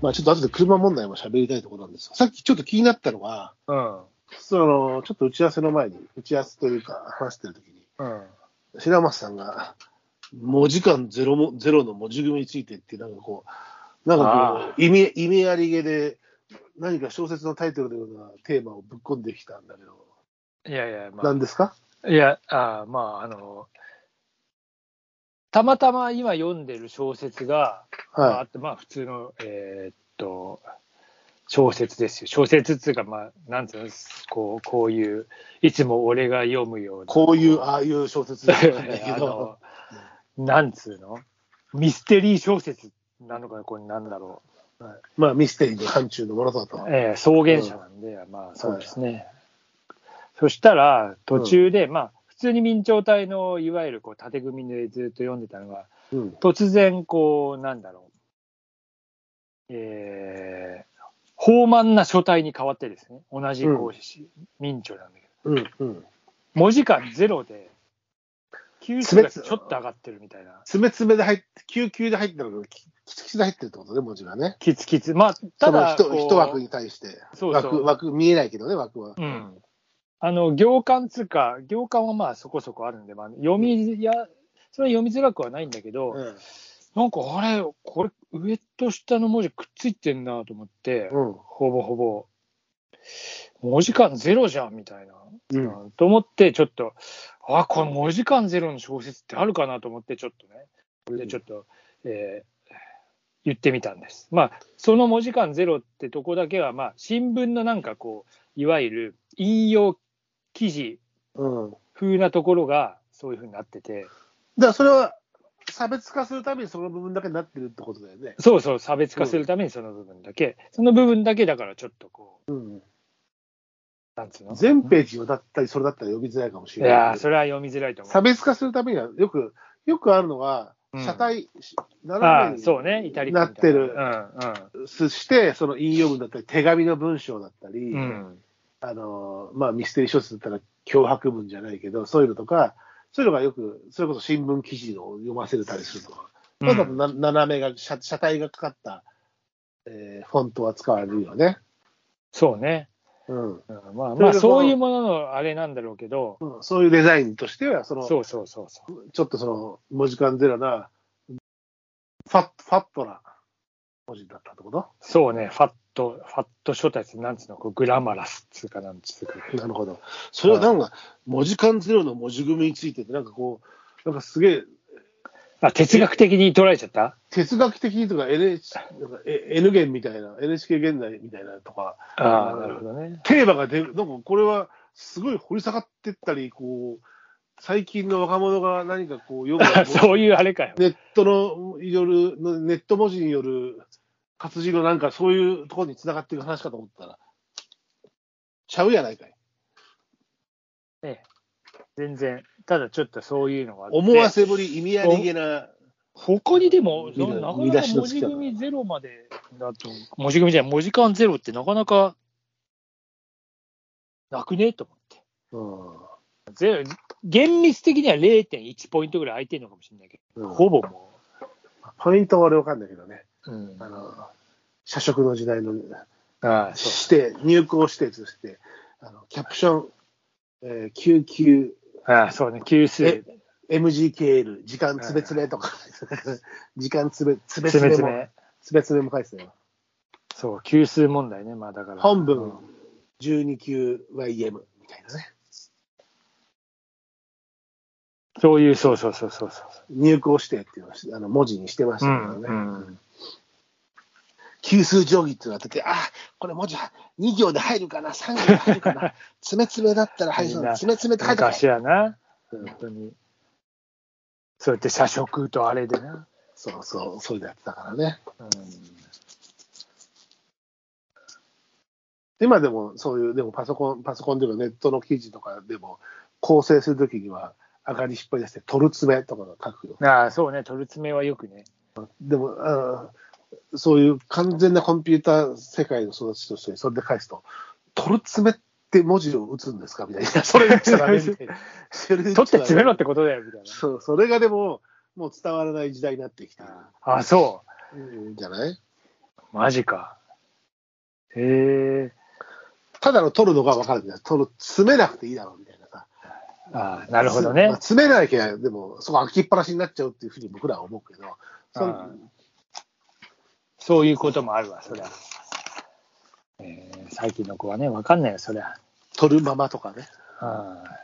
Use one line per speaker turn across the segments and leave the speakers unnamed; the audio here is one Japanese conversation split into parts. まあちょっと後で車問題も喋りたいところなんですが、さっきちょっと気になったのが、
うん。
その、ちょっと打ち合わせの前に、打ち合わせというか話してる時に、
うん。
白松さんが、文字間ゼロも、ゼロの文字組みについてっていう、なんかこう、なんかこう、意味、意味ありげで、何か小説のタイトルのようなテーマをぶっ込んできたんだけど、
いやいや、ま
何ですか
あ、いや、あーまあ、あの、たまたま今読んでる小説が、まああ
は
って、まあ、普通の、えーっと、小説ですよ。小説っていうか、まあ、なんつうの、こう、こういう、いつも俺が読むよう
い。
な。
こう いう、ああいう小説なんだけ
あ
ど、
の、なんつうのミステリー小説なのか、これなんだろ
はいまあミステリーの範疇のものだと
う。。えー草原者なんで、まあ、そうですね。そしたら、途中で、まあ、普通に明朝体の、いわゆるこう縦組みでずっと読んでたのが、
うん。
突然、こう、なんだろう、えー、豊満な書体に変わってですね、同じこう、明朝なんだけど、
うん。うん。
文字間ゼロで、九州がちょっ
詰め
と上がってるみたいな、
詰め詰めで入って、救急で入ってるのが、ききつきつで入ってるってことね、文字がね。
キツキツ、まあ、ただ
その
こ
一
う
一枠に対して。
そうそ
枠、
う
枠、見えないけどね、枠は。
うん、あの行間つうか、行間はまあそこそこあるんで、まあ、読みや、それは読みづらくはないんだけど、
うん。
なんかあれ、これ、上と下の文字くっついてんなと思って。
うん。
ほぼほぼ、文字間ゼロじゃんみたいな、
うん。
と思って、ちょっと、あ、この文字間ゼロの小説ってあるかなと思って、ちょっとね、これでちょっと、えー言ってみたんです。まあ、その文字間ゼロってとこだけは、まあ、新聞のなんかこう、いわゆる引用記事
うん。だか
風なところが、そういうふうになってて、
らそれは、差別化するためにその部分だけになってるってことだよね。
そうそう、差別化するためにその部分だけ、その部分だけだからちょっとこ
うん。
う、なんつうの
全ページをだったり、それだったら読みづらいかもし
い
れ
や
な
ー、
い。
それは読みづらいと思う
差。別化するためには、よく、よくあるのは、
うん
車体、
あ
斜
あ
めに
そうね、イタリ
な
カ
っ
みた
て
いな
る、
う
そして、その引用文だったり、手紙の文章だったり、
んうん。うん。
あのまあ、ミステリー小説だったら脅迫文じゃないけど、そういうのとか、そういうのがよく、それこそ新聞記事を読ませたりするとか、
うん
まだな斜めが、車車体がかかった、えーフォントは使われるよね。
そうね。
うん
うんま
それが
あまあ、
その
そういうもののあれなんだろうけど、
うんそういうデザインとしては、その
そうそうそうそう。
ちょっとその文字間ゼロな、ファッファットな文字だったってこと
そうね、ファット、ファット書体って、なんつうの、こうグラマラスっつうかなんつうか。
なるほど。それはなんか、文字間ゼロの文字組みについてって、なんかこう、なんかすげえ、
あ、哲学的に捉えちゃった
哲学的とか NH なんかえ N 元みたいな、NHK 現代みたいなとか、
ああ、
うん
なるほどね。
テーマが出る、なんかこれはすごい掘り下がってったり、こう、最近の若者が何かこう、よ
そ
く
ういうあれかよ。
ネットのよる、ネット文字による活字のなんかそういうところに繋がっていく話かと思ったら、ちゃうやないかい。
全然。ただちょっとそういうのがあって。
思わせぶり、意味ありげな、
他にでも、
見
な
る
なか
見
な
出
か
しの
文
つき
字
方
組みゼロまでだと、文字組みじゃない、文字間ゼロってなかなかなくねと思って。
うん
ゼロ厳密的には0.1ポイントぐらい空いてるのかもしれないけ
う
ど、
ん
ほぼも
ポイントは俺わかんないけどね、
う。うん
あの、社食の時代の
ああ、そ
指定、入校指定として、あのキャプション、えー、救急、
う。ああ、そうね、級数
え、MGKL、時間つべつべとか、時間つべつべつ
つ
べ
め
も、
つ
つべ
め。
つべも書いてたよ。
そう、級数問題ね、まあだから。
本
うん
文、12級 YM みたいなね。
そういう、そうそうそうそうそう。
入校指定っていうのをしあの文字にしてました
う
け
ん
どね。
うん
級数定規っていうのがあってて、あ、これ文字は2行で入るかな、3行で入るかな、つめつめだったら入る
みんな
な、つめつめって書いてある
昔はな、
うん
本当に。そうやって社食とあれでな。
そうそう、そういうのやってたからね。
うん
今でもそういう、でもパソコン、パソコンでもネットの記事とかでも構成するときには、上がり引っ張り出して、取る爪とかが書くよ。
ああ、そうね、取る爪はよくね。
でも、あーそういう完全なコンピューター世界の育ちとして、それで返すと、取る爪って文字を打つんですかみたい な。それ打っちゃダメみたいな。取
取って詰めろってことだよ、みたい な。
そう、それがでも、もう伝わらない時代になってきた
ああ、そう。
うんじゃない
マジか。へえ。
ただの取るのが分かるんだよ。取る、詰めなくていいだろうみたいなさ。
ああ、なるほど
まあ
ね。
詰めなきゃ、でも、そこ開きっぱなしになっちゃうっていうふうに僕らは思うけど、そ
ああそういうこともあるわ、そりゃ。えー最近の子はね、わかんないよ、そりゃ。
取るままとかね。
ああ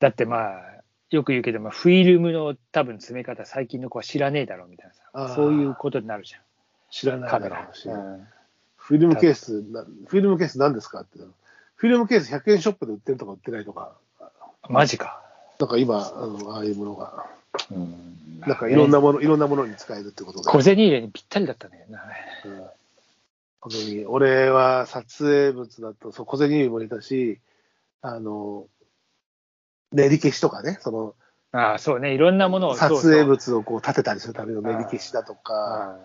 だってまあ、よく言うけど、まあ、フィルムの多分詰め方、最近の子は知らねえだろうみたいな
あ
さ、
あ
そういうことになるじ
知ら
ゃん、
ない
カ
だ
メ
ろ
ラ
うし。。
うん
フィルムケースな、フィルムケース何ですかって。フィルムケース100円ショップで売ってるとか売ってないとか、
マジか。
なんか今、あのああいうものが、
うん
なんかいろんなもの、いろんなものに使えるってことで。
小銭入れにぴったりだったね。な
うん本当に、俺は撮影物だと、そう小銭入れも入れたし、あの、練り消しとかね、その、
ああ、そうね、いろんなものを。
撮
そうそ
影
う
物をこう立てたりするための練り消しだとか、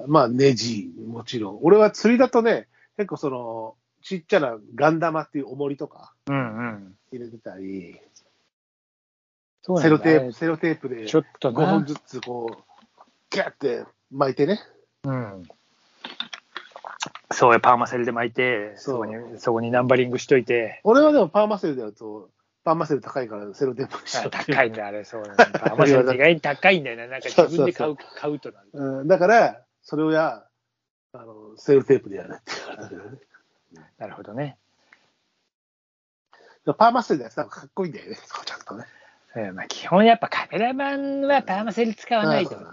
あ
まあネジ、もちろん。俺は釣りだとね、結構その、ちっちゃなガン玉っていう重りとか
あうんうん。
入れてたり、
そうな
セ
んだ
ロテープ、セロテープで
ちょっと
5本
な。
ずつこう、ギャーって巻いてね、
うん。そうよパーマセルで巻いて、
そう
そこに、そこにナンバリングしといて。
俺はでもパーマセルでやると、パーマセル高いからセロテープにし
あ
ようっていう
高いんだ、あれ、そうな んだ。パーマセルって意外に高いんだよね。なんか自分で買う、買うとなる。
うんだから、それをや、あの、セールテープでやれって言われる、 ね。
なるほどね。
パーマステルのやつなんかかっこいいんだよね、そこちゃんとね。
うんまあ、基本やっぱカメラマンはパーマセル使わないと。
うん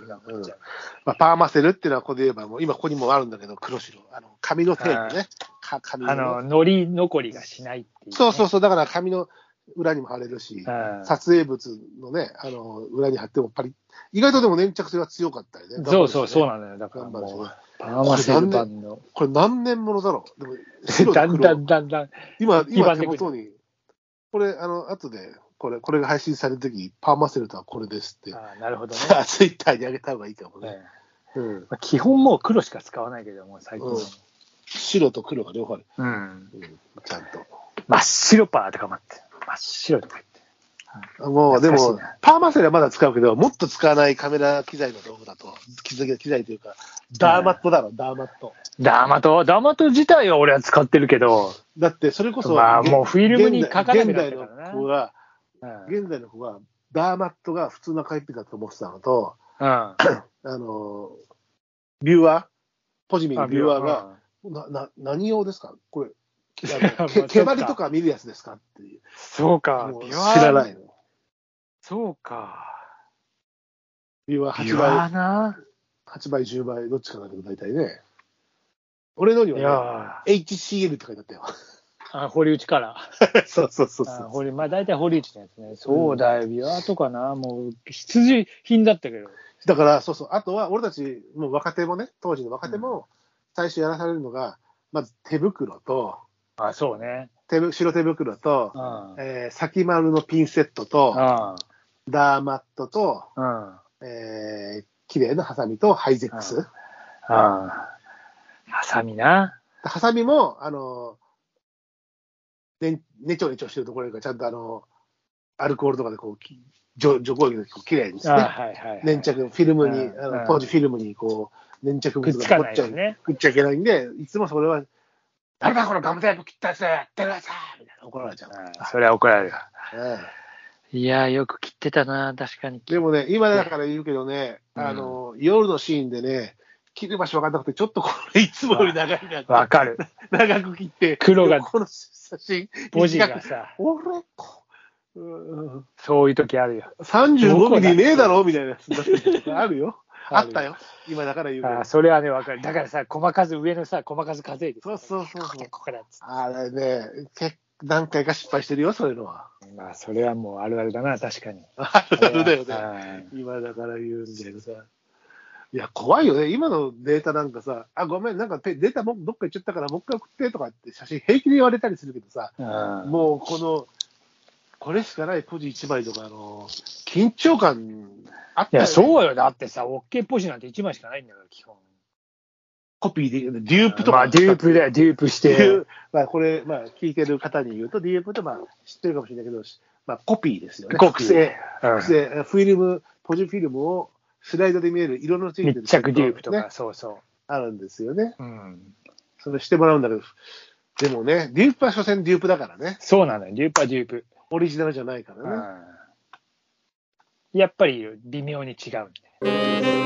まあ、パーマセルっていうのはここで言えば、もう今ここにもあるんだけど、黒白。あの、紙のテープね。か紙
あ
の
の、
ね。
糊残りがしないっていうね、
そうそうそう、だから紙の裏にも貼れるし、
うん
撮影物のね、あの、裏に貼ってもパリッ意外とでも粘着性は強かったよね。
そうそう、そう
う。
なんだよ。だから
頑張るしね
もう、パーマセル版の。
これ何年ものだろう。でも白と
だ
黒
んだんだんだん。
今、
基
今
盤
手
で
元に、これ、あの、後で、これ、これが配信されるとき、パーマセルとはこれですって、
ああなるほどね。
さあ、 ツイッターにあげた方がいいかも
え
ね。
え
うん、
まあ基本もう黒しか使わないけども、最近は。
白と黒が両方ある。
うん。
うん、ちゃんと。
真っ白パーとか待って。真っ白とか言って。
あもう、で
懐かしいな
も、パーマセルはまだ使うけど、もっと使わないカメラ機材の道具だと、機材機材というか、ダーマットだろ、ダーマット。
ダーマト、ダーマト自体は俺は使ってるけど、
だって、それこそ、
まあもうフィルムに
現代
書かなくなっ
現
た
代
からな
の子が、
うん。うん
現代の子が、ダーマットが普通の赤いピンだと思ってたのと、あの、ビューアー、ポジミンのビューアーが、
うん
な、な、何用ですかこ れ、あ
やも
の
う
手手張
そ
り
っか
とか見るやつですかっていう。
そうか
も、う
ビ
知
ワ
らないの。
そうか。
ビューアー
ビ
8
ワ
倍、
な。
八倍、10倍、どっちかだけど大体ね。俺のに
い
は、ね、
や
HCL って書いてあったよ。
ーあ、堀内から。
そうそうそう
あ堀まあ大体堀内のやつね。そうだよ、ビワとかな。もう必需品だったけど。
だから、そうそう。あとは、俺たち、もう若手もね、当時の若手も、最初やらされるのが、まず手袋と、
あそうね。
手ぶ白手袋と
う、ん。
えー先丸のピンセットと、
あ
ダーマットと、
あ。うん。
えー、綺麗なハサミとハイゼックス。
うんああ。ハサミな。
ハサミも、あの、ね、ねちょねちょしてるところがちゃんとあの、アルコールとかでこう、き除除光液でこう綺麗にです
あ
ね。
はいはいはい。
粘着、フィルムに、
うん
あ
う
の
ん
当時フィルムにこう、粘着
くっ
物
つ
が残
かな
っ
い
ちゃ
よ
う。
ね。
食っちゃいけないんで、いつもそれは、誰だこのガムテープ切ったやつやってくださいみたいな怒られちゃう。
ああそれは怒られる。
うん
いやー、よく切ってたな、確かに。
でもね、今だから言うけどね、
うん
あの、夜のシーンでね、切る場所分かんなくて、ちょっとこれ、いつもより長いなって
わ かる。
長く切って、
黒が
この写真、
文字
短
が
く。
さ、
俺、こうん
そういう時あるよ。ど
35
こ
ミ
だ
リねえだろみたいなやつだったある よ。あった
よ。
よ。今だから言うけ
あ
ど
あ。それはね、わかる。だからさ、細数上のさ、細数数えて。
そうそうそう
こ
そ
こ
う
だ、。ここだっつっ
あれね、結何回か失敗してるよ、そういうのは。
て。まあ、それはもうあるあるだな、確かに。
あるあるだよね。
ね。
今だから言うんだけどさ。いや、怖いよね。今のデータなんかさ、あ、ごめん、なんかペデータもどっか行っちゃったから、もう一回送ってとかって写真平気で言われたりするけどさ、
うん
もうこの、これしかないポジ1枚とか、あの、緊張感あっ
い
たよ、ね。
や、そうよ。だってさ、オッケーポジなんて1枚しかないんだから、基本。
コピーできる、デュープとか。
まあ、デュープだよ、デュープし
デュ
て
ー。まあ、これ、まあ、聞いてる方に言うと、デュープって、まあ、知ってるかもしれないけど、しまあ、コピーですよね。
コ
複
ピー
製。
うん
複製、フィルム、ポジフィルムをスライドで見える色のついてる。
密着デュープとか、。そうそう。
あるんですよね。
うん、
それしてもらうんだけど、でもね、デュープは所詮デュープだからね。
そうなのよ、デュープはデュープ。
オリジナルじゃないからね。
うんやっぱり微妙に違うんで。